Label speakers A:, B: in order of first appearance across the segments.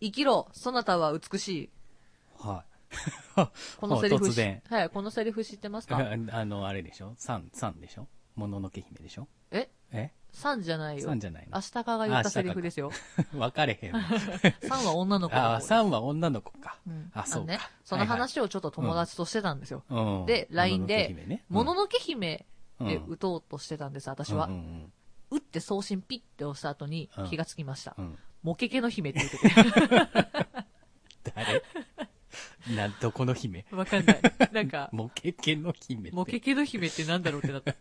A: 生きろ、そなたは美しい。
B: はい。
A: このセリフ
B: 突
A: し
B: 然。
A: はい、このセリフ知ってますか
B: あの、あれでしょサン、サンでしょもののけ姫でしょ
A: え
B: え
A: サンじゃないよ。
B: サンじゃない
A: ア
B: の
A: シタカが言ったセリフですよ。
B: 分かれへん わ。
A: サンは女の子
B: あ
A: の
B: あ、
A: 方。
B: サンは女の子か
A: うん。
B: あ、そう
A: のね
B: か。。
A: その話をちょっと友達としてたんですよ。
B: はいはい、うん
A: で LINE で
B: もののけ姫
A: もののけ姫
B: ねうん
A: で
B: うん
A: 打とうとしてたんです、私は
B: うん。うん
A: 打って送信ピッて押した後に
B: うん
A: 気がつきました
B: う。んうん
A: モケケの姫って言ってて。
B: 誰 な、どこの姫
A: わかん ない。なんか、
B: モケケの姫って。
A: モケケの姫ってなんだろうってなった。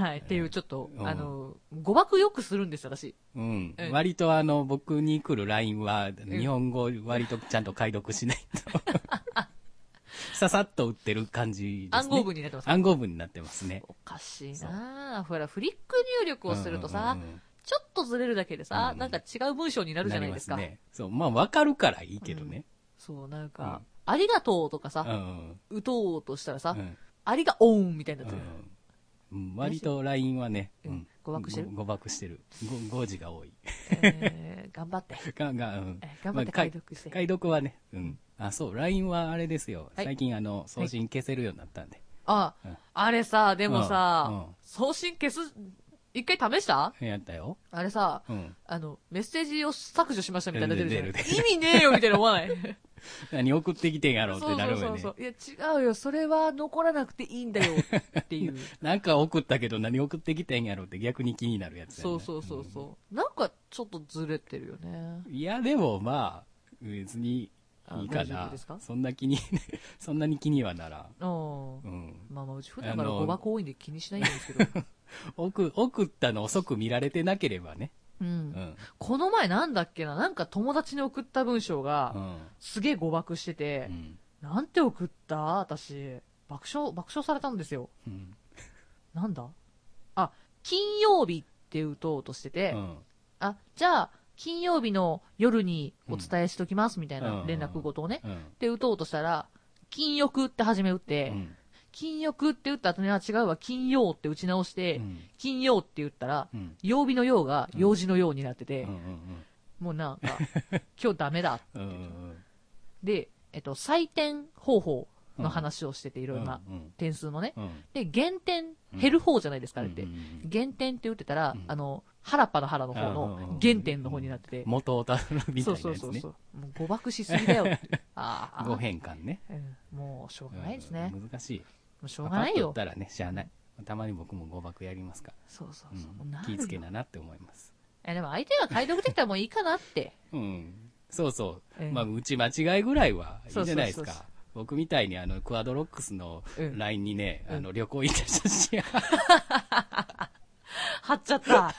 A: はい。っていう、ちょっと、
B: うん
A: あの、誤爆よくするんです、私。
B: うん
A: うん。
B: 割とあの、僕に来る LINE は、日本語割とちゃんと解読しないと。 ささっと打ってる感じですね。
A: 暗号文になってます。
B: 暗号文になってますね。
A: おかしい
B: そう
A: なあほら、フリック入力をするとさ
B: うんうんう、ん
A: ちょっとずれるだけで
B: うん
A: さ
B: う、ん
A: なんか違う文章になるじゃないですか
B: りま。ね、そう、まあわかるからいいけどね。
A: そう、なんか、ありがとうとか
B: うん。う
A: さ、
B: ん
A: 打とうとしたら
B: う
A: さ、
B: ん
A: ありがおんみたいになってる。
B: うん割と LINE はね、
A: うん誤爆してる
B: ご誤爆してる。ご誤字が多い。
A: えー頑 張って。
B: が、が、うん
A: えー頑張って解読して
B: まあ解解読はね、うん。あ、そう、LINE はあれですよ。
A: はい
B: 最近あの、送信消せるようになったんで。
A: あ
B: うん、
A: あれさ、でも
B: うんう
A: さ
B: ん、
A: 送信消す、一回試した
B: やったよ。
A: あれさ、
B: うん。
A: あの、メッセージを削除しましたみたいなの出るじゃない
B: 出る出
A: 意味ねえよみたいな思わない
B: 何送ってきてんやろうって なる
A: そ
B: よ
A: う
B: ね
A: そ。う。いや、違うよ。それは残らなくていいんだよって いう。
B: なんか送ったけど何送ってきてんやろうって逆に気になるやつやね
A: そうそうそうそう。なんかちょっとずれてるよね。
B: いや、でもまあ、別にいいか
A: あ大丈
B: な
A: 夫ですか。
B: そんな気に、 そんなに気にはなら
A: うん
B: ん。う。ん。
A: まあまあ、うち普段から
B: あの
A: 誤爆多いんで気にしないんです けど。
B: 送、送ったの遅く見られてなければね。
A: う。
B: うんん。
A: この前なんだっけな、なんか友達に送った文章
B: う
A: が、
B: ん。
A: すげえ誤爆して
B: う
A: て、
B: ん。
A: なんて送った私、爆笑、爆笑されたんですよ。
B: うん。
A: なんだあ、金曜日って打とうとしてて、
B: うん
A: あ、じゃあ、金曜日の夜にお伝えしときますみたいな
B: うん
A: 連絡ごとをね。
B: うん。
A: で、打とうとしたら、金欲って初め打って、
B: うん
A: 金欲って打った後には違うわ、金曜って打ち直して、
B: うん
A: 金曜って言ったら、
B: うん。
A: 曜日の曜が用事のようになってて、
B: うん
A: もうなん か、今日ダメだ。
B: うんうん。うんうん
A: で、えっと、採点方法の話をしてて、いろいろな、
B: うん
A: 点数のね。
B: うん。
A: で、減点、減る方じゃないですか、あ
B: う
A: れっ
B: ん
A: て
B: う。ん
A: 減点って打ってたら、
B: うん
A: あの、原っぱの原の方
B: うんうんう
A: の
B: ん
A: 原点の方になってて、
B: 元をたどるみ
A: そ
B: たいうな
A: そう
B: やつ
A: そう
B: ね
A: そ。う。もう誤爆しすぎだよ って。ああ。
B: ご変換ね。
A: うんもうしょうがないですね。も
B: うん難しい。
A: うしょうがないよ
B: パ。パッと打ったらね、知らない。たまに僕も誤爆やりますから。
A: そうそう
B: うん
A: そう。もうなる
B: 気
A: よ
B: ぃつけななって思います。
A: え、でも相手が解読できたらもういいかな って。
B: うん。そうそう。
A: うん
B: まあ、打ち間違いぐらいはいいじゃないです
A: そうそうそうそう
B: か。僕みたいにあの、クアドロックスの
A: うん
B: LINE にね、
A: うん
B: あの、旅行行った写 真、
A: 貼っちゃ った。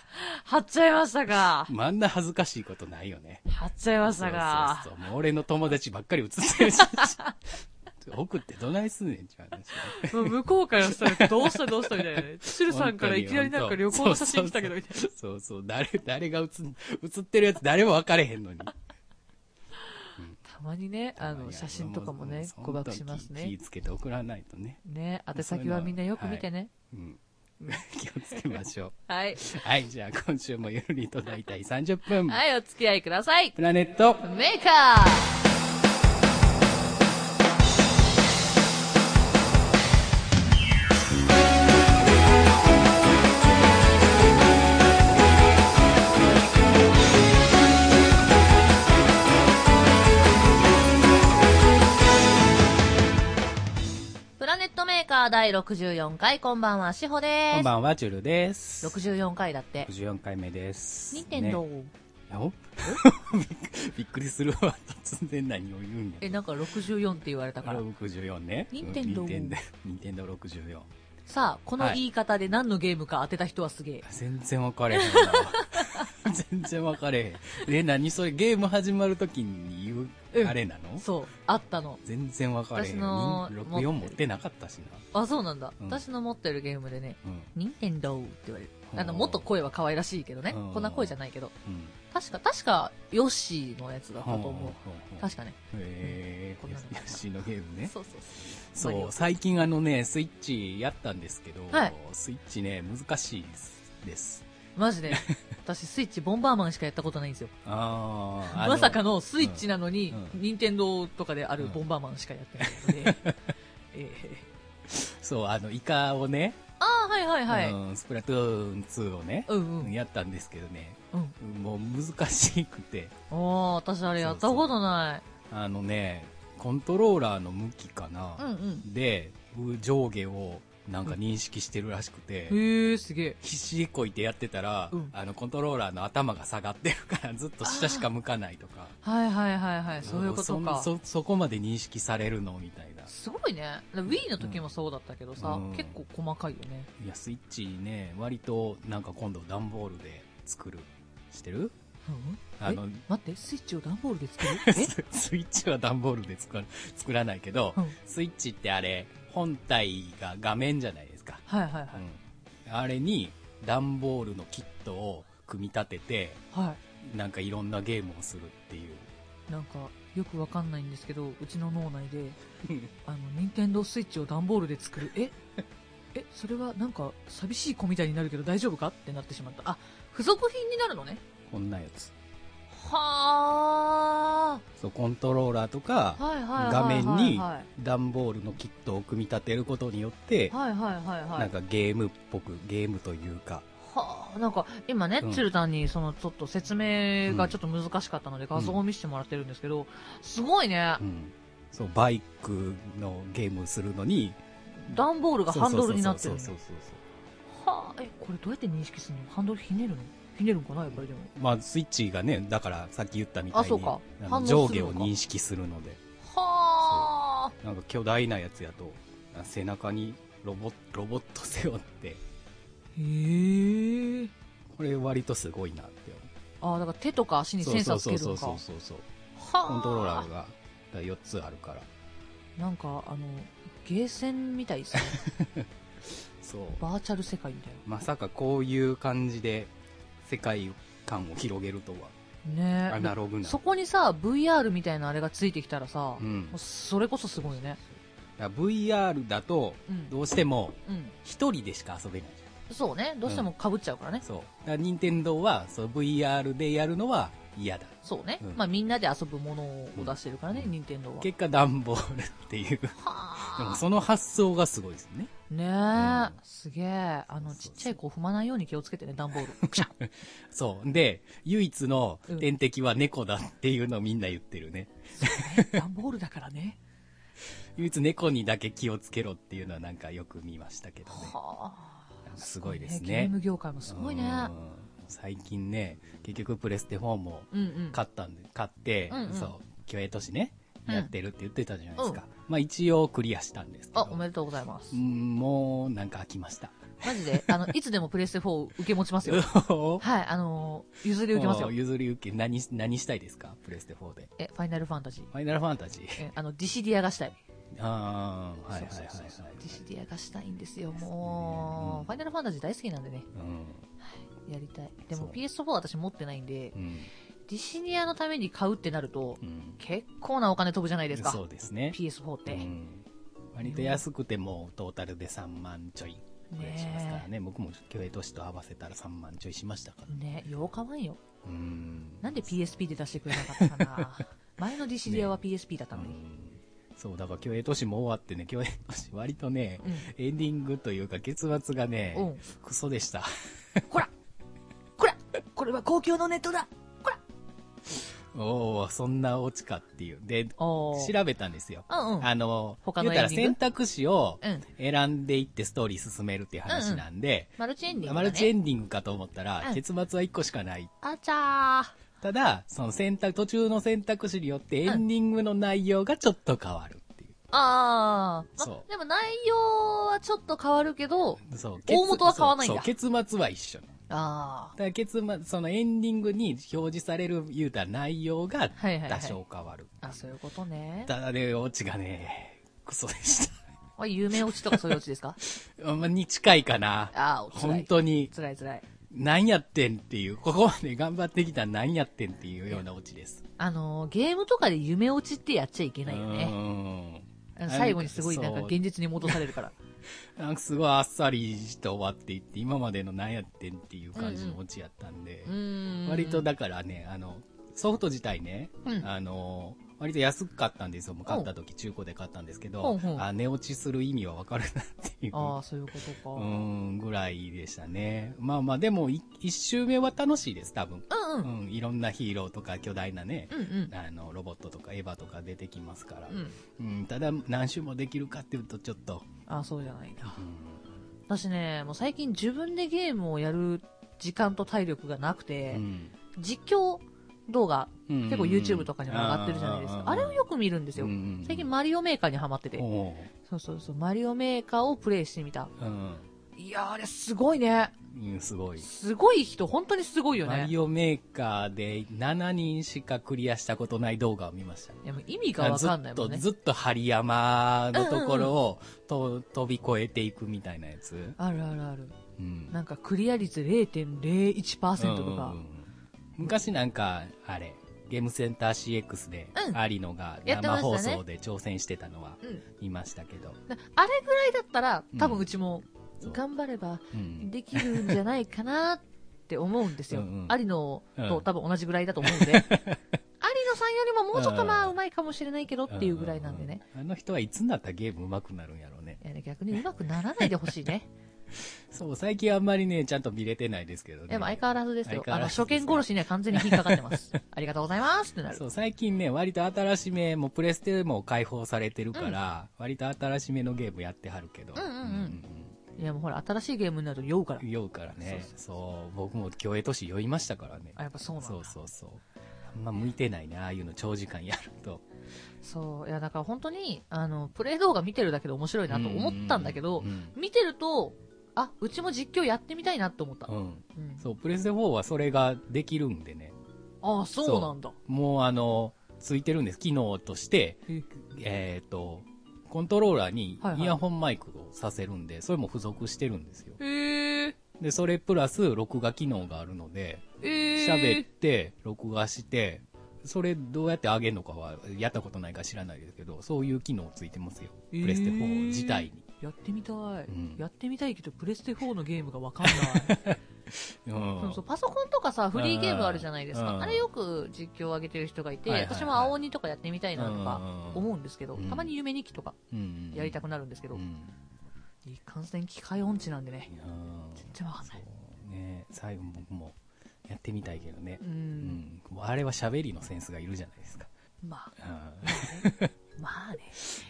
A: 貼っちゃいましたか。
B: まああんな恥ずかしいことないよね。
A: 貼っちゃいましたか
B: そう。そうそう。もう俺の友達ばっかり写ってる写真。 奥ってどないすんねんちゃう話
A: もう向こうからしたらどうしたどうしたみ たいなね。シルさんからいきなりなんか旅行の写真来たけどみたいな。
B: そうそう、誰、誰が写ん、写ってるやつ誰も分かれへんのに。
A: たまにね、あの、写真とかもね、誤爆します
B: 気
A: ね
B: ぃ。つけて送らないとね。
A: ね、宛先はみんなよく見てね。
B: うん。気をつけましょ
A: はい。
B: う。はい、じゃあ今週もゆるりと大体30分。
A: はい、お付き合いください。
B: プラネット。
A: メーカープラネットメーカー第64回、こんばんは、しほです。
B: こんばんは、ジュルです。
A: 64回だって。
B: 64回目です。
A: 任天堂、
B: ねお びっくりするわ。突然何を言うんや。
A: え、なんか64って言われたから。
B: 64ね。
A: 任天堂
B: うん任天堂任天堂64。
A: さあ、この言い方で何のゲームか当てた人はすげえ。
B: 全然分かれへんな 全然分かれへんえ何それゲーム始まるときに言う、
A: うん
B: あれなの
A: そう、あったの。
B: 全然分かれへ
A: 私
B: ん
A: の
B: に
A: 持ってる
B: 64持ってなかったし
A: あ、そうなんだ。
B: うん
A: 私の持ってるゲームでね、
B: なうん
A: 任天堂って言われる。あの、
B: うん
A: もっと声は可愛らしいけどね
B: う。ん
A: こんな声じゃないけど。
B: うん
A: 確か、確か、ヨッシーのやつだったと思う。確
B: か
A: かね。
B: へ
A: うんこんなの
B: えヨッシーのゲームね
A: そうそうそ
B: そ
A: マリ
B: う
A: オ
B: 最近あのねスイッチやったんですけど、
A: はい
B: スイッチね難しいです
A: マジで。私、スイッチボンバーマンしかやったことないんですよ。
B: あーあの
A: まさかのスイッチなのに
B: うん、
A: 任天堂とかであるボンバーマンしかやってないの で。ええ
B: そう、あの、イカをね、
A: ああ、はいはいはい。
B: うんスプラトゥーン2をね、
A: うんうん。
B: やったんですけどね、
A: うん。
B: もう難しくて、
A: ああ、私あれやったことない。
B: あのね、コントローラーの向きかな、
A: うんうん。
B: で、上下をなんか認識してるらしくて、
A: へえ、すげえ。
B: 必死にこいてやってたら、
A: うん
B: あのコントローラーの頭が下がってるからずっと下しか向かないとか
A: はいはいはいはい。そういうこと
B: ん
A: か。
B: そそこまで認識されるのみたいな
A: すごいね。Wii の時もそうだったけどさ
B: うん、
A: 結構細かいよね。
B: いやスイッチね割となんか今度段ボールで作るしてる
A: うん
B: あの
A: え待って、スイッチを段ボールで作 る
B: ススイッチは段ボールで作ら作らないけど、
A: うん
B: スイッチってあれ本体が画面じゃないですか、
A: はいはいはい。
B: うん、あれに段ボールのキットを組み立てて
A: は
B: なんかいろんなゲームをするっていう
A: い。なんか、よくわかんないんですけど、うちの脳内で、あの、ニンテンドースイッチを段ボールで作る。ええ、それはなんか、寂しい子みたいになるけど大丈夫かってなってしまった。あ、付属品になるのね。
B: こんなやつ
A: は
B: そうコントローラーと
A: ー。は
B: か
A: いはいはいはい。
B: 画面に
A: は
B: 段ボールのキットを組み立てることによって
A: い、はいはいはい。
B: なんかゲームっぽくゲームというか
A: はあ、なんか今ね
B: うん、
A: 鶴田にそのちょっと説明がちょっと難しかったので画像を見せてもらってるんですけど、すごいね
B: う、んそうバイクのゲームするのに
A: 段ボールがハンドルになってるの
B: そうそうそうそう
A: はあ、え、これどうやって認識するのハンドルひねるのひねるんかなやっぱりでも。
B: そうまあスイッチがねだからさっき言ったみたい
A: あ
B: に
A: そうか
B: あの
A: 反応するの
B: 上
A: か
B: 下を認識するので
A: はあ、
B: なんか巨大なやつやとあ背中にロボロボット背負って
A: へえ。
B: これ割とすごいなって思う
A: ああ、だから手とか足にセンサーつける
B: そ
A: の
B: う
A: か。
B: そう
A: は
B: そうそうそう
A: あ。
B: コントローラーが4つあるから
A: なんかあの、ゲーセンみたい ですね。
B: そう
A: バーチャル世界みたい
B: まさかこういう感じで世界観を広げると
A: な。
B: はア
A: ね
B: ナログな
A: そこにさ、VR みたいなあれがついてきたらさ、
B: うん
A: もうそれこそすごいよね。
B: だから VR だと
A: うん
B: どうしても
A: うん。
B: 一人でしか遊べないじ
A: そうね。どうしても被っちゃうからね。
B: ゃんそうだから任天堂はその VR でやるのは嫌だ
A: そうね。
B: うん
A: まあみんなで遊ぶものを出してるからね、
B: うん
A: 任天堂は。
B: 結果段ボールっていうでも
A: は
B: その発想がすごいですね
A: あ。ねえ、
B: ん
A: すげえ。あの、
B: そうそう
A: ち
B: そう
A: っちゃい子踏まないように気をつけてね、段ボー ル。くしゃ
B: そうで唯一の
A: うん
B: 天敵は猫だっていうのをみんな言ってるね、
A: 段ボールだからね。
B: 唯一猫にだけ気をつけろっていうのはなんかよく見ましたけどね
A: はあ。
B: すごいですね
A: ゲーム業界もすごいね。
B: うん最近ね結局プレステ4も
A: うんうん。
B: 買ったんで買って、
A: うんうん
B: そう競泳都市ね
A: うん
B: やってるって言ってたじゃないですか、まあ一応クリアしたんですけ
A: あ、
B: ど
A: おめでとうございます
B: う。んもうなんか飽きました
A: マジで、あの、いつでもプレステ4を受け持ちますよ。はい、あのー譲り受けますよ
B: もう。譲り受け何何したいですかプレステ4で
A: え、ファイナルファンタジー。
B: ファイナルファンタジー
A: え、あの、ディシディアがしたい。
B: ああはいはいはい
A: そうそうそう
B: はい
A: ディシディアがしたいんですよ、もう。
B: うん
A: ファイナルファンタジー大好きなんでね。やりたい。で
B: そう
A: も PS4 私持ってないんで
B: う、ん
A: ディシニアのために買うってなると
B: う、ん
A: 結構なお金飛ぶじゃないですか。
B: そうですね、
A: PS4 っ
B: う
A: て。
B: ん、割と安くてもトータルで3万ちょいぐらいしますからね僕も競泳都市と合わせたら3万ちょいしましたから
A: ねよう買わんよ。
B: うん
A: なんで PSP で出してくれなか ったかな。前のディシニアは PSP だったの
B: う
A: に。
B: んそうだから競泳都市も終わってね競泳都市割とね、
A: う
B: エンディングというか結末がね、
A: うん
B: クソでした
A: こらこらこれは公共のネットだこら
B: おおそんなオチかっていうで
A: おー。
B: 調べたんですよ、
A: うんうん。
B: あの
A: 他の
B: 言ったら
A: エンディン
B: 選
A: グ
B: 択肢を
A: うん。
B: 選んでいってストーリー進めるっていう話なんで、
A: マルチエンディング、ね。
B: マルチエンディングかと思ったら、
A: うん
B: 結末は1個しかない
A: あちゃ
B: ただ、その選択、途中の選択肢によってエンディングの内容がちょっと変わるってい
A: ー。あー。ま
B: そう
A: でも内容はちょっと変わるけど、
B: う。そう。
A: 大元は変わらないんだ
B: そう、そう結末は一緒。
A: あ
B: ただ結末、そのエンディングに表示される言うたら内容が
A: はいはいは
B: 多
A: い
B: 少変わる。
A: ー。あ、そういうことね。
B: ただね、オチがね、クソでし
A: あ、有名落ちとかそういう落ちですか
B: た。 まあに近いかな。
A: あー、おつら
B: 本
A: い。
B: 当に、
A: つらいつらい。
B: 何やってんっていう、ここまで頑張ってきた何やってんっていうようなオチです。
A: あのーゲームとかで夢落ちってやっちゃいけ
B: う
A: ないよ
B: ー
A: ね。
B: ん。
A: あの最後にすごい
B: そう
A: なんか現実に戻されるから。
B: なんかすごいあっさりして終わっていって、今までの何やってんっていう感じ
A: うん
B: の
A: うん
B: オチやったんで、
A: うん
B: 割とだからね、あの、ソフト自体ね、
A: うん
B: あの、割と安かったんですよ。もう買った時中古で買ったんですけ
A: ほう
B: ど
A: ほう、
B: あ、値落ちする意味はわかるなっていう。
A: ああそういうことか
B: うーん、ぐらいでしたね。まあまあ、でも、い一周目は楽しいです、多分。
A: うんう
B: うんん、いろんなヒーローとか巨大なね、
A: うんうん
B: あの、ロボットとかエヴァとか出てきますから。
A: うん
B: うん、ただ、何周もできるかっていうと、ちょっと、
A: ああそうじゃないな
B: う
A: 私ねもう最近自分でゲームをやる時間と体力がなくて、
B: ん。
A: 実況動画結構 YouTube とかにも上がってるじゃないですか、あれをよく見るんですよ、最近
B: っ
A: マリオメーカーにハマって
B: て
A: て、そうそうそうマリオメーカーをプレイしてみた
B: うん。
A: いやーあれすごいね
B: うん、すごい。
A: すごい人本当にすごいよ
B: マ
A: ね
B: リオメーカーで7人しかクリアしたことない動画を見ました。
A: いやもう意味がわかんないもんね
B: ずっと、ずっと針山のところをと飛び越えていくみたいなやつ。
A: あるあるある
B: うん
A: なんかクリア率0.01%とか
B: うんうんうん昔なんか、あれ、ゲームセンター CX で、
A: うん
B: 有野が
A: やってま
B: 生
A: したね
B: 放送で挑戦してたのは
A: うん
B: 見ましたけど。
A: なあれぐらいだったら多分
B: うん
A: うちも
B: そう
A: 頑張れば
B: うん
A: できるんじゃないかなって思うんですよ
B: うんうん
A: 有野
B: う
A: と
B: ん
A: 多分同じぐらいだと思うん で有野さんよりももうちょっとまあうまいかもしれないけどっていうぐらいなんでね
B: うんうんうんあの人はいつになったらゲーム上手くなるんやろうね。
A: いやね逆にうまくならないでほしい ね
B: そう、最近あんまりね、ちゃんと見れてないですけどね。
A: でも相変わらずですよ
B: 相変
A: あ
B: わ
A: の
B: らず
A: 初見殺しには完全に引っかかってますありがとうございますってなる
B: そう、最近ね、割と新しめ、もうプレステも解放されてるから、割と新しめのゲームやってはるけど。
A: うんうんうんいやもうほら新しいゲームになると酔うから
B: うん酔うからね。そう僕も競泳都市酔いましたからね。
A: あやっぱそうなんだ
B: そうそうそう。あんま向いてないね、ああいうの長時間やると。
A: そういやだから本当にあのプレイ動画見てるだけで面白いなと思ったんだけど、
B: うん
A: 見てるとあうちも実況やってみたいなと思った、
B: うん。
A: うん
B: そう、プレステ4はそれができるんでね。
A: ああそうなんだ
B: もうあの、ついてるんです。機能として、
A: え
B: えっ、と、コントローラーに
A: はいはい
B: イヤホンマイクをさせるんで、それも付属してるんですよ。
A: へえ
B: で、それプラス録画機能があるので、
A: え
B: 喋って、録画して、それどうやって上げるのかはやったことないから知らないですけど、そういう機能ついてますよ。
A: えー
B: プレステ4自体に。
A: やってみたい、
B: ん
A: やってみたいけどプレステ4のゲームがわ かんない
B: うん
A: そうそうパソコンとかさフリーゲームあるじゃないですか、
B: うん
A: あれよく実況上げてる人がいて、
B: はいはいはい
A: 私も青鬼とかやってみたいなとか思うんですけど、
B: うん
A: たまに夢日記とか
B: うん
A: やりたくなるんですけど、
B: うん
A: いかんせん機械音痴なんでね
B: いやー
A: 全然わかん
B: そ
A: ないう
B: ね。最後僕もやってみたいけどね
A: う。
B: うんん。あれは喋りのセンスがいるじゃないですか。
A: まあ、
B: うん
A: まあね。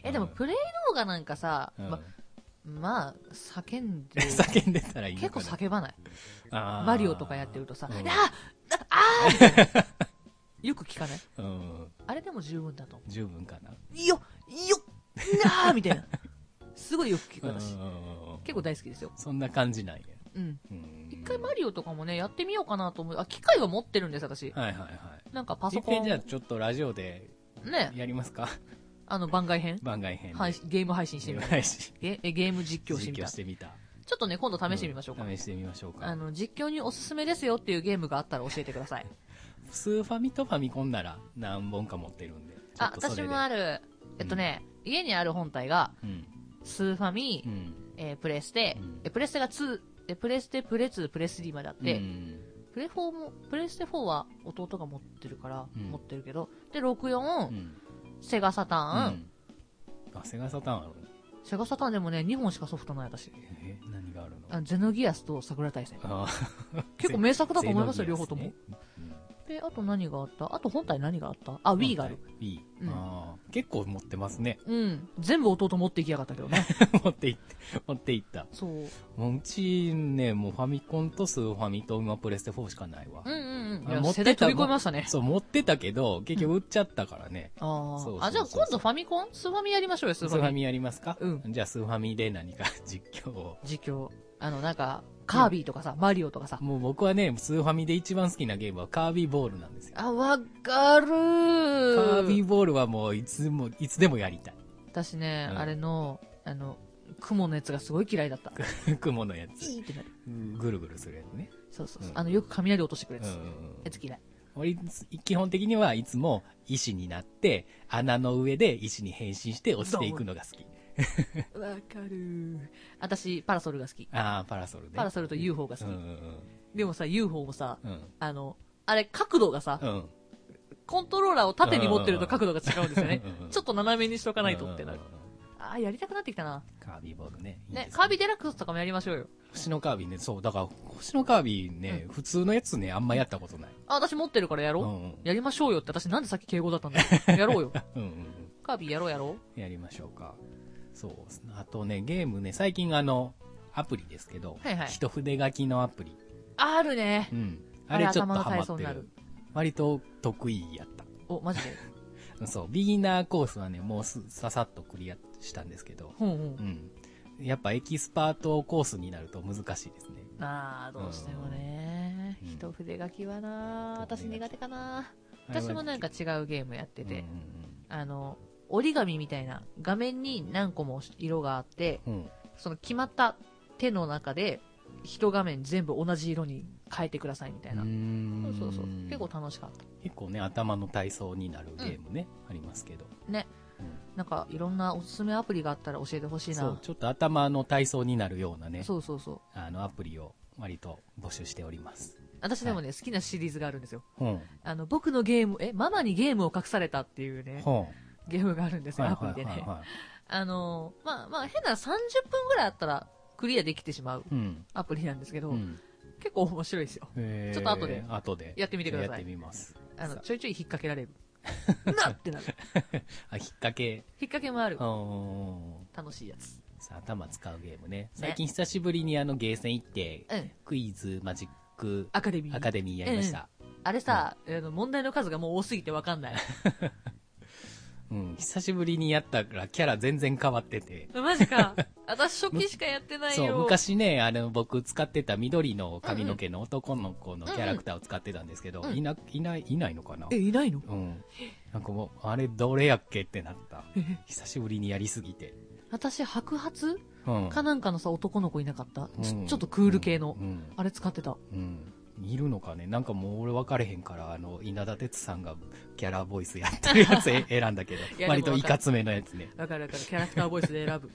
A: え、でも、プレイ動画なんかさ、
B: うん
A: ま、まあ、叫んで、
B: 叫んでたらいいの
A: 結
B: か
A: 構
B: な
A: 叫ばない。
B: あー
A: マリオとかやってるとさ、あ
B: う
A: ー
B: ん
A: ああ ーよく聞かない
B: うん、
A: あれでも十分だと思
B: 十分かな。
A: う。よよなーみたいな。すごいよく聞く私。
B: うん
A: 結構大好きですよ。
B: そんな感じなんや。
A: うん。
B: うん
A: 一回マリオとかもね、やってみようかなと思う。あ、機械は持ってるんです、私。
B: はいはいはい。
A: なんかパ
B: い
A: ソ
B: っ
A: コ
B: ぺん
A: ン。
B: じゃあちょっとラジオで
A: ね、
B: やりますか
A: あの、番外編
B: 番外編で。
A: 配信ゲーム配信してみた。
B: 配信
A: ゲえゲーム実況してみた。
B: 実況
A: ち
B: し
A: ょ
B: てみた。
A: っとね、今度試してみましょうか。
B: うん試してみましょう
A: あ
B: か。
A: の、実況におすすめですよっていうゲームがあったら教えてください。
B: 普通ファミとファミコンなら何本か持ってるんで。
A: あ、私もあ
B: る。
A: る。えっとね、家にある本体が、
B: うん。
A: スーファミ、
B: うん。
A: えープレステ、
B: うん
A: えプレステが2、えプレステ、プレ2、プレス3まであって、
B: うん
A: プレ4も、プレステ4は弟が持ってるから、
B: うん
A: 持ってるけど、で、64、
B: うん。
A: セガサタ
B: う
A: ーン、
B: ん。あ、セガサターンあるの
A: セガサターンでもね、2本しかソフトない私。
B: え、何があるの
A: あのゼノギアスと桜大戦。
B: あ
A: 結構名作だと思いますよ、
B: ゼ
A: 両方
B: ノギアス
A: とも
B: ね。うん
A: で、あと何があったあと本体何があったあ、Wii がある。。
B: Wii
A: う。ん
B: あー結構持ってますね。
A: うん。全部弟持っていきやがったけどね。
B: 持っていって、持っていった。
A: そう。
B: もううちね、もうファミコンとスーファミと今プレステ4しかないわ
A: う。んうんうん。い
B: あ
A: や
B: 持って
A: 世
B: た
A: 代飛び越えましたね。
B: そう、持ってたけど、結局売っちゃったからね。
A: あ
B: そうそう
A: あ。あ、じゃあ
B: そう
A: 今度
B: そう
A: ファミコンスーファミやりましょうよ、ス
B: ス
A: ー
B: ー
A: フ
B: フ
A: ァ
B: ァ
A: ミ。
B: ミやりますか
A: うん
B: じゃあスーファミで何か 実況を。
A: 実況。あの、なんか、カービィとかさ、マリオとかさ。
B: もう僕はね、スーファミで一番好きなゲームはカービーボールなんですよ。
A: あ、わかる
B: カービ
A: ー
B: ーボールはもういつも、いつでもやりたい。
A: 私ね、
B: うん
A: あれの、あの、雲のやつがすごい嫌いだった。
B: 雲のやつ。
A: いいってなる。
B: ぐるぐるするやつね。
A: そうそうそう。
B: うん
A: あの、よく雷落としてくる
B: う
A: や
B: ん
A: つ。
B: うんうん
A: やつ嫌い。
B: 俺、基本的にはいつも石になって、穴の上で石に変身して落ちていくのが好き。
A: わかる私パラソルが好き
B: ああ、パラソルで。
A: パラソルと UFO が好き
B: うんうん
A: でもさ UFO もさ
B: うん。うん
A: あのあれ角度がさ
B: うん。
A: コントローラーを縦に持ってると角度が違うんですよね
B: うんうん
A: ちょっと斜めにしとかないとってなる
B: うんうんうん
A: あーやりたくなってきたな
B: カービーボールね。いいです
A: ねカービィデラックスとかもやりましょうよ
B: 星のカービィね、そう、だから、星のカービィね、普通のやつね、あんまやったことない。
A: あ私持ってるからやろう、
B: うんうん
A: やりましょうよって私なんでさっき敬語だったんだ よやろうよ
B: うんうんうん。
A: カービィやろうやろ
B: やりましょうか。そう。あとね、ゲームね、最近あの、アプリですけど、
A: はいはい
B: 一筆書きのアプリ。
A: うあるね
B: うん。
A: あ
B: あ
A: れ
B: れちょっとハマ
A: 頭の体操に
B: って
A: な
B: る。
A: る
B: 割と得意やった。
A: おマジで
B: そう、ビギナーコースはね、もうすささっとクリアしたんですけど、
A: ほんほん
B: うん。やっぱエキスパートコースになると難しいですね。
A: ああどうしてもね、
B: うん
A: 一筆書きはな
B: 一筆
A: 私
B: 書き
A: 苦手かな
B: あれは
A: 私もなんか違うゲームやってて、
B: うん
A: あの折り紙みたいな画面に何個も色があって
B: うんうん。うん
A: その決まった手の中で一画面全部同じ色に変えてくださいみたいな、
B: う
A: そ
B: ー
A: うんそうそう結構楽しかった
B: 結構ね、頭の体操になるゲームね、ありますけど。
A: ね
B: うん
A: なんかいろんなおすすめアプリがあったら教えてほしいな
B: そう、ちょっと頭の体操になるようなね、
A: そうそうそう
B: あの、アプリを割と募集しております。
A: 私でもね、好きなシリーズがあるんですよ
B: うん。
A: あの僕のゲームえママにゲームを隠されたっていうね
B: ほ
A: ゲームがあるんですよ
B: う。はい
A: アプ
B: は
A: リ
B: いは
A: で
B: い
A: ね
B: は
A: あのーまあまあ変な30分ぐらいあったらクリアできてしまう
B: い。うん。
A: アプリなんですけど、
B: うん
A: 結構面白いですよ
B: えー
A: ちょっと後で
B: 後で。
A: やってみてください
B: やってみます。
A: あの
B: さ
A: ちょいちょい引っ掛け られるなってなる引っ
B: あ、引っ掛け。
A: 掛けもある
B: うん
A: 楽しいやつ
B: さあ、頭使うゲームね。最近久しぶりにあの、ゲーセン行って、
A: うん
B: クイズマジック
A: アカデミー
B: アカデミーやりました。
A: あれさ、あの問題の数がもう多すぎてわかんない
B: うん。久しぶりにやったから、キャラ全然変わってて。
A: マジか私初期しかやってないよ
B: そう、昔ね、あの、僕使ってた緑の髪の毛の男の子のキャラクターを使ってたんですけど、
A: うんうん
B: いな、いない、いないのかな
A: えいないの
B: うん。なんかもう、あれどれやっけってなった
A: えへ。
B: 久しぶりにやりすぎて。
A: 私白髪
B: うん。
A: かなんかのさ男の子いなかった、ち
B: う
A: ょ
B: ん
A: ちょっとクール系の、
B: うん。
A: あれ使ってた
B: うん。うんいるのかねなんかもう俺分かれへんから、あの、稲田哲さんがキャラボイスやってるやつ え選んだけ
A: いや
B: ど、割といかつめのやつね。
A: わかるわかるキャラクターボイスで選ぶ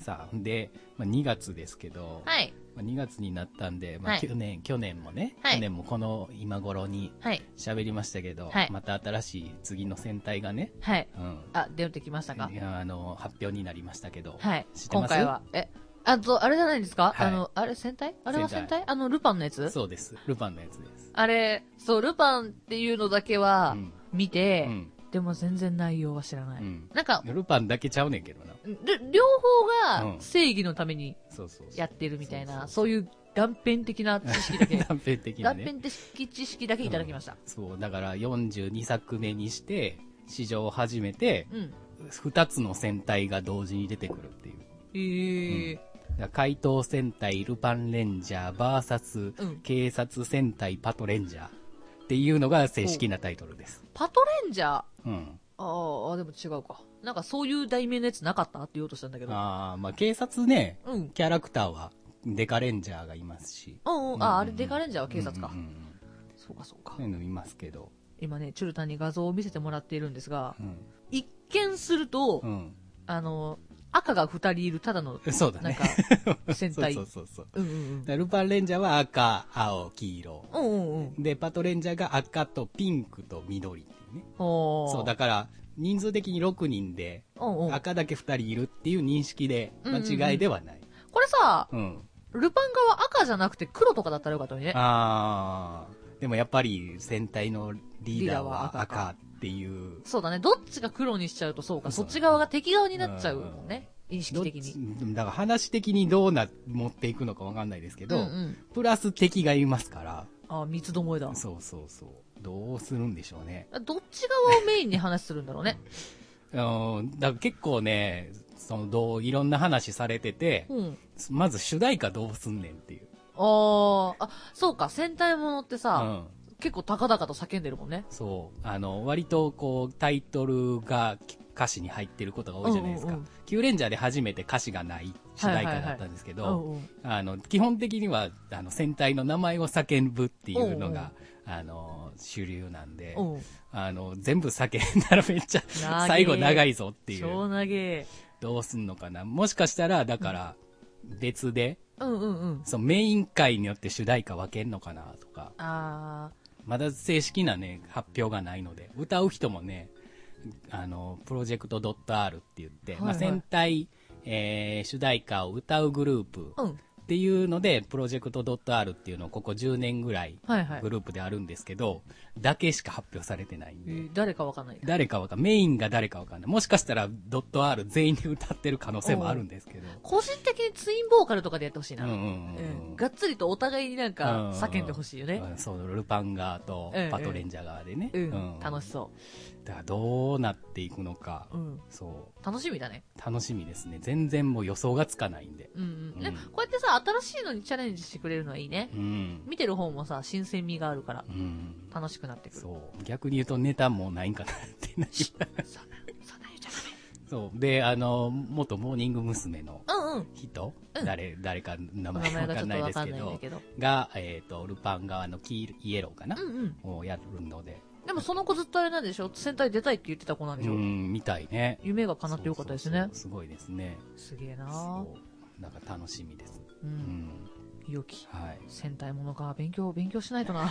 B: さあ、で、まあ、2月ですけど、
A: はい
B: まあ、2月になったんで、まあ、
A: はい
B: 去年、去年もね、
A: はい
B: 去年もこの今頃に
A: はい
B: 喋りましたけど、
A: はい
B: また新しい次の戦隊がね、
A: はい
B: うん、
A: あ出てきましたか
B: いやあの発表になりましたけど、
A: はい
B: 知って
A: 今
B: ます
A: 回はえあとあれじゃないですか、
B: はい
A: あのあれ戦隊あれは戦
B: 戦
A: 隊
B: 隊
A: あのルパンのやつ
B: そうです、ルパンのやつです。
A: あれそうルパンっていうのだけは
B: うん
A: 見て、
B: うん
A: でも全然内容は知らない、
B: うん
A: なんか
B: ルパンだけちゃうねんけどな。
A: る両方
B: う
A: が
B: ん
A: 正義のために
B: そうそうそう
A: やってるみたいな、
B: そ
A: そういう断片的な知識だ け
B: 断片的な
A: 断
B: ね。
A: 片的知識だけいただきました、
B: そう、だから42作目にして、史上初めて、
A: うん
B: 2つの戦隊が同時に出てくるっていう。
A: えー
B: だから怪盗戦隊ルパンレンジャー VS
A: うん
B: 警察戦隊パトレンジャーっていうのが正式なタイトルです。
A: パトレンジャーあ
B: うん。
A: ーあでも違うかなんかそういう題名のやつなかったって言おうとしたんだけど
B: ああ、まあ警察ね、
A: うん
B: キャラクターはデカレンジャーがいますし。
A: うんうん、
B: うんうんう
A: あ、
B: ん
A: あれデカレンジャーは警察か。
B: うんうんうん
A: そうかそうか
B: そう。いうのいますけど。
A: 今ね、チュルタンに画像を見せてもらっているんですが
B: う、ん。
A: 一見すると、
B: うん。
A: あの、赤が二人いるただの、
B: そうだ
A: なん
B: ね
A: か。、戦隊。
B: そう
A: う
B: そうそうそ
A: ん
B: う。
A: うん
B: だからルパンレンジャーは赤、青、黄色。
A: うん。うんうんうん。
B: で、パトレンジャーが赤とピンクと緑っていうね。
A: ほー
B: そう、だから、人数的に6人で、
A: うんうん。
B: 赤だけ2人いるっていう認識で、
A: うんうんうん
B: 間違いではない。
A: これさ、
B: うん
A: ルパン側赤じゃなくて黒とかだったらよかったのにね。
B: あー。でもやっぱり、戦隊のリーダーは
A: リーダーは赤か
B: 赤っていう。
A: そうだね。どっちが黒にしちゃうとそうか、
B: そ
A: そうっ
B: だ
A: ち
B: ね
A: 側が敵側になっちゃうもんね。意識
B: どっ
A: 的
B: ち
A: に。
B: だから話的にどうな、持っていくのかわかんないですけ
A: う
B: ど、
A: んうん。
B: プラス敵がいますから、
A: あ、三つどもえだ。
B: そうそうそう。どうするんでしょうね。
A: どっち側をメインに話するんだろうね。
B: うん、だから結構ね、その、どう、いろんな話されてて、
A: うん。
B: まず主題歌どうすんねんっていう。
A: ああ、あ、そうか、戦隊ものって
B: う
A: さ、
B: ん。
A: 結構高々と叫んでるもんね。
B: そう。あの、割とこう、タイトルが歌詞に入ってることが多いじゃないです
A: うん
B: か
A: うんうん。
B: キューレンジャーで初めて歌詞がない主題歌だったんですけ
A: うん
B: ど、
A: うん
B: あの、基本的には、あの、戦隊の名前を叫ぶっていうのが、あの、主流なんで、
A: うん。
B: あの、全部叫んだらめっちゃ、
A: 長い
B: 最後長いぞってい
A: 超
B: う。
A: 投げ。
B: どうすんのかな。もしかしたら、だから、別で、
A: うんうんうん。
B: そのメイン回によって主題歌分けんのかなとか、
A: あ
B: まだ正式なね、発表がないので、歌う人もね、あの、プロジェクト .r って言って、
A: はいはい
B: まあ、戦隊、えー主題歌を歌うグループ
A: ー、うん。
B: っていうので、プロジェクト .r っていうのをここ10年ぐらい
A: はいはい
B: グ。ループであるんですけど、だけしか発表されてないん
A: え
B: で、
A: ー誰かわかんない。
B: 誰かわかんメインが誰かわかんない。もしかしたら .r 全員で歌ってる可能性もあるんですけど。
A: 個人的にツインボーカルとかでやってほしいな。
B: うんうん
A: うんがっつりとお互いになんか叫んでほしいよね。
B: うんそう、ルパン側と
A: うんうん
B: パトレンジャー側でね。
A: うん、楽し
B: い。
A: そ
B: だからどうなっていくのか、
A: う。うん。
B: そ
A: 楽しみだね。
B: う、楽しみですね。全然もう予想がつかないんで。
A: うん、うん。ね
B: うん
A: こうやってさ、新しいのにチャレンジしてくれるのはいいね。
B: うん。
A: 見てる方もさ、新鮮味があるから
B: う、ん。
A: 楽しくなってくる。
B: そう。逆に言うとネタもうないんかなってな
A: そんな、そんな言っちゃ
B: そう。で、あの、元モーニング娘。の
A: ダメ。うんうん。
B: 人、
A: うん
B: 誰、誰か名
A: お
B: 前
A: 名前
B: わ
A: がち
B: か
A: ょ
B: ん
A: っ
B: な
A: と
B: い
A: わ
B: です
A: か
B: け
A: んないんだ
B: ど、
A: けど。
B: が、えっ、と、ルパン側の黄色イエローかな
A: う、んうん。
B: をやるので、
A: でもその子ずっとあれなんでしょ戦隊出たいって言ってた子なんで
B: う
A: しょ、
B: ん、みたいね。
A: 夢が叶ってよかったです
B: そう
A: ね
B: そう。そうすごいですね。
A: すげえなあ
B: そう。なんか楽しみです。
A: う。
B: うんん。
A: 良き。
B: はい。
A: 戦隊ものか。勉強、勉強しないとな。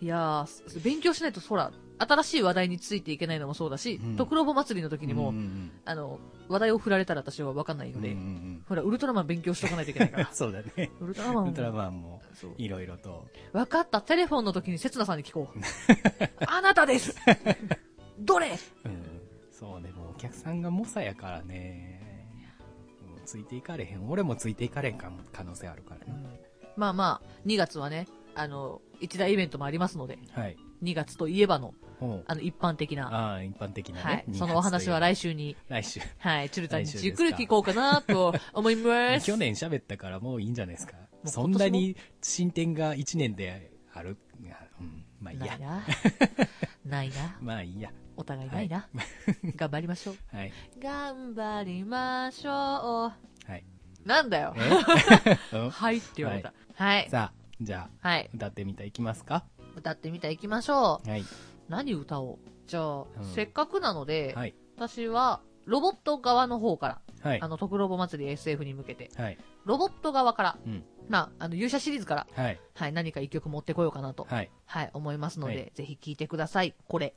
A: いやー、勉強しないと、そら、新しい話題についていけないのもそうだし
B: うん、
A: トクロボ祭りの時にも、
B: うんうん
A: あの、話題を振られたら私は分かんない
B: うん
A: ので、
B: うんうん
A: ほら、ウルトラマン勉強しとかないといけないか
B: うん。
A: ら
B: そうだね。
A: ウルトラマン
B: ウルトラ
A: も。
B: マンも、
A: そう
B: いろいろと。
A: 分かった、テレフォンの時に刹那さんに聞 こう。あなたですどれ
B: うん。そう、でもお客さんが猛者やからね。うんついていかれへん。俺もついていかれへんかも可能性あるからね。
A: まあまあ、2月はね、あの、一大イベントもありますので、
B: はい。
A: 2月といえばの、
B: ほう
A: あの、一般的な、
B: ああ、一般的なね。
A: はい、
B: 二月
A: そのお話は来
B: とい
A: 週に、
B: えば来週。
A: はい、チュルタンに
B: 来週ですか
A: じっくり聞こうかなと思います。
B: 去年喋ったからもういいんじゃないですか。
A: も
B: そんなに進展が1年である。いやうん、まあいい
A: な
B: や
A: い。な。ないな。
B: まあいいや。
A: お互いないな。頑張りま しょう。
B: はい。
A: 頑張りましょ
B: はい。
A: う。なんだよ。
B: うん
A: はいって言われた。はい。
B: さあ、じゃあ、
A: はい。
B: 歌ってみたいきますか。
A: 歌ってみたいきましょう。
B: はい。
A: 何歌おうじゃあ、
B: ん
A: せっかくなので、
B: はい。
A: 私は、ロボット側の方から、
B: はい
A: あ。の、特ロボ祭り SF に向けて、
B: はい。
A: ロボット側から、
B: うん。
A: まあ、あの、勇者シリーズから、
B: はい。
A: はい、何か一曲持ってこようかなと、
B: はい。
A: はい、思いますので、
B: はい
A: ぜひ聴いてください。これ。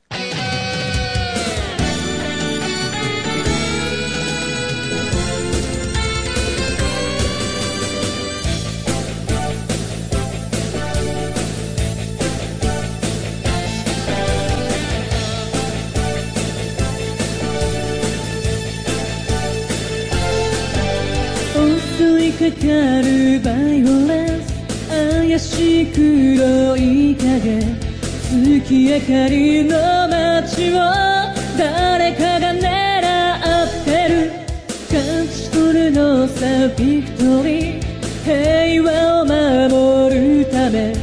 C: 襲いかかるバイオレンス怪しい黒い影月明かりの街を誰かが狙ってる監視取るのさビクトリー平和を守るため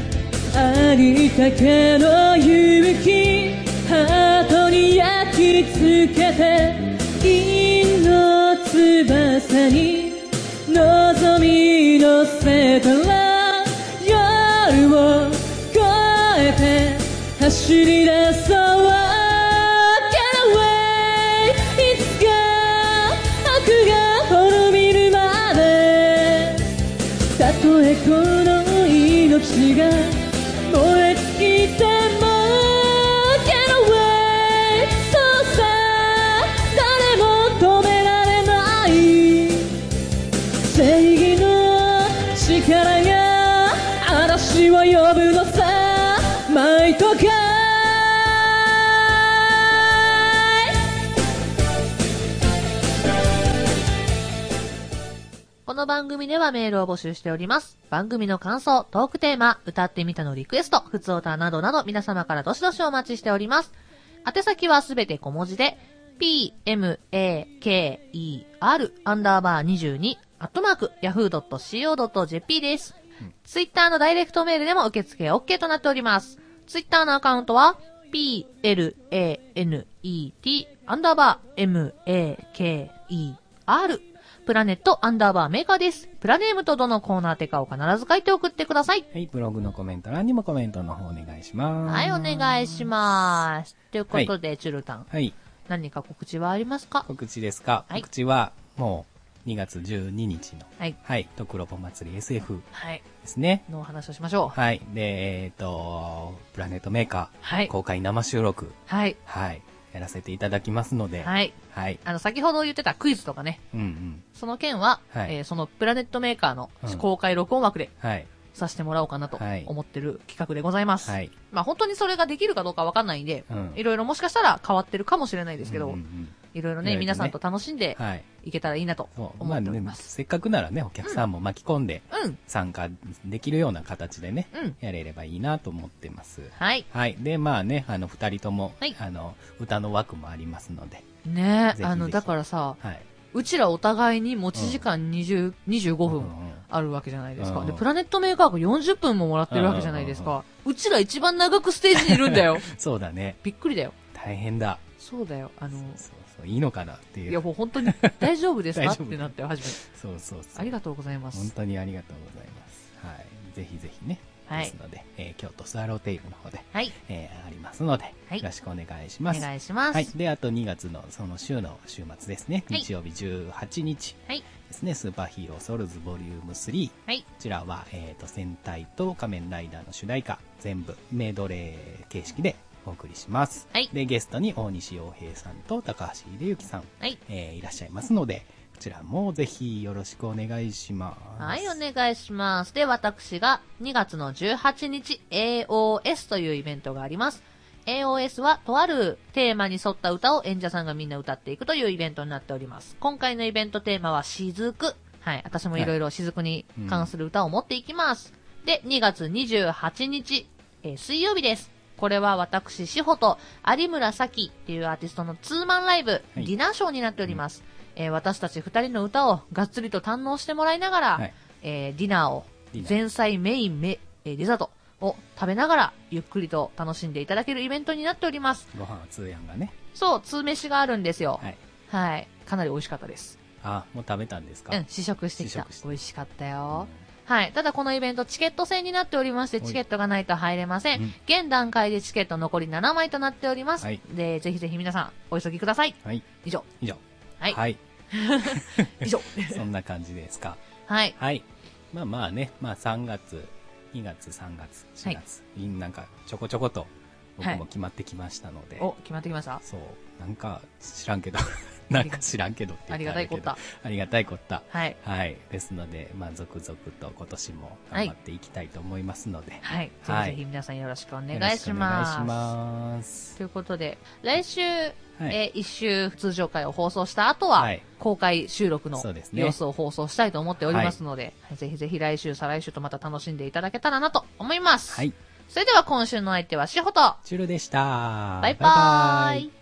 C: ありかけの勇気ハートに焼き付けて銀の翼に望みのせたら夜を越えて走り出そう Get away いつか悪が滅びるまでたとえこの命が燃え尽きても Get away そうさ誰も止められない正義の力が嵐を呼ぶのさ毎都会
A: この番組ではメールを募集しております。番組の感想、トークテーマ、歌ってみたのリクエスト、普通歌などなど皆様からどしどしお待ちしております。宛先はすべて小文字で、p, m, a, k, e, r, アンダーバー22、アットマーク、yahoo.co.jp です。ツイッターのダイレクトメールでも受付 OK となっております。ツイッターのアカウントは、p, l, a, n, e, t, アンダーバー m, a, k, e, r プラネットアンダーバーメーカーです。プラネームとどのコーナーてかを必ず書いて送ってください。
B: はい。ブログのコメント欄にもコメントの方お願いします。
A: はい、お願いします。ということで、チュルタン、
B: はい。
A: 何か告知はありますか
B: 告知ですか、
A: はい
B: 告知は、もう、2月12日の、
A: はい。
B: はい、とくろぽ祭り SF
A: はい。
B: ですね。
A: のお話をしましょう。
B: はい。で、えっ、と、プラネットメーカ
A: は
B: ー、
A: い。
B: 公開生収録、
A: はい。
B: はい、やらせていただきますので、い。
A: はい。
B: はい。
A: あの、先ほど言ってたクイズとかね、
B: うんうん。
A: その件は、
B: はい
A: えーそのプラネットメーカーの
B: うん
A: 公開録音枠で
B: はい。
A: させてもらおうかなと
B: はい
A: 思ってる企画でございます。
B: はい。
A: まあ本当にそれができるかどうかわかんないんで、
B: うん
A: いろいろもしかしたら変わってるかもしれないですけど、
B: うんうん
A: いろいろ
B: いろい
A: ね、
B: ろね
A: 皆さんと楽しんで
B: うんはい。
A: いけたらいいなと
B: そう。
A: 思
B: まあ
A: っており
B: ね
A: ま、す。
B: せっかくならね、お客さんも巻き込んで
A: うん、
B: 参加できるような形でね、
A: うん。
B: やれればいいなと思ってます。
A: はい。
B: はい。で、まあね、あの、二人とも、
A: はい
B: あの、歌の枠もありますので、
A: ね
B: ぜひ
A: え、
B: ぜひ
A: あの、だからさ、
B: はい。
A: うちらお互いに持ち時間20、25
B: うんう
A: 分
B: ん
A: あるわけじゃないです
B: う
A: か。
B: ん
A: で、プラネットメーカーが40分ももらってるわけじゃないですか。うちら一番長くステージにいるんだ よ。
B: そうだね。
A: びっくりだよ。
B: 大変だ。
A: そうだよ。あの、
B: そうそう、いいのかなってい
A: いや
B: う。
A: もう本当に大丈夫ですか
B: 大
A: っ
B: 丈夫
A: てなったよ、初めて。
B: そうそうそう。
A: ありがとうございま
B: 本
A: す。
B: 当にありがとうございます。はい。ぜひぜひね。
A: はい
B: ですので、えー京都スワローテイルの方で、
A: はい。
B: えーありますので、
A: はい
B: よろしくお願いし
A: お
B: ます。
A: 願いします。
B: はい。で、あと2月のその週の週末ですね。
A: はい
B: 日曜日18日
A: はい。
B: ですね。スーパーヒーローソウルズボリューム3。こ
A: はい。
B: ちらは、えっ、と、戦隊と仮面ライダーの主題歌、全部メドレー形式でお送りします。
A: はい
B: で、ゲストに大西洋平さんと高橋秀幸さん、
A: はい。
B: えーいらっしゃいますので、こちらもぜひよろしくお願いします。
A: はい、お願いします。で、私が2月の18日、AOS というイベントがあります。AOS は、とあるテーマに沿った歌を演者さんがみんな歌っていくというイベントになっております。今回のイベントテーマは、しずく。はい、私もいろいろしずくに関する歌を持っていきます。で、2月28日、えー水曜日です。これは私、志保と有村咲っていうアーティストのツーマンライブ、
B: い
A: ディナーショーになっております。えー私たち二人の歌をがっつりと堪能してもらいながら、
B: はい
A: えーディナーを
B: ディナー
A: 前菜メインメ、えーデザートを食べながらゆっくりと楽しんでいただけるイベントになっております
B: ご飯は通やんがね。
A: そう通飯があるんですよ
B: はい。
A: はい、かなり美味しかったです
B: あ、もう食べたんですか
A: うん試食してき
B: 試
A: た
B: 食して
A: 美味しかった
B: うん
A: よ、はい。ただこのイベント、チケット制になっておりまして、
B: はい
A: チケットがないと入れません。
B: うん
A: 現段階でチケット残り7枚となっております。
B: はい
A: で、ぜひぜひ皆さん、お急ぎください。
B: はい。
A: 以上。
B: 以上。
A: はい。
B: はい。
A: 以上。
B: そんな感じですか。
A: はい。
B: はい。まあまあね、まあ3月、2月、3月、4月、いなんかちょこちょこと僕
A: はい
B: も決まってきましたので、
A: お、決まってきました
B: そう、なんか知らんけど、 なんか知らんけどって
A: あ
B: 言っ
A: り
B: た
A: がた
B: らあれ
A: いこっ
B: けど
A: た。。
B: ありがたいこった。
A: はい。
B: はい。ですので、まあ続々と今年も頑張っていきたいと思いますので、
A: はい。ぜ
B: はい
A: ひぜひ皆さんよろしくお願
B: よろ
A: い
B: く
A: し
B: お願いし
A: ま
B: ます
A: す。。ということで、来週、
B: はい
A: えー一週通常回を放送した後
B: は、
A: はい公開収録の
B: そうですね
A: 様子を放送したいと思っておりますので、ぜひぜひ来週、再来週とまた楽しんでいただけたらなと思います。
B: はい。
A: それでは今週のお相手はしほと、
B: チュルでした。
A: バイバーイ。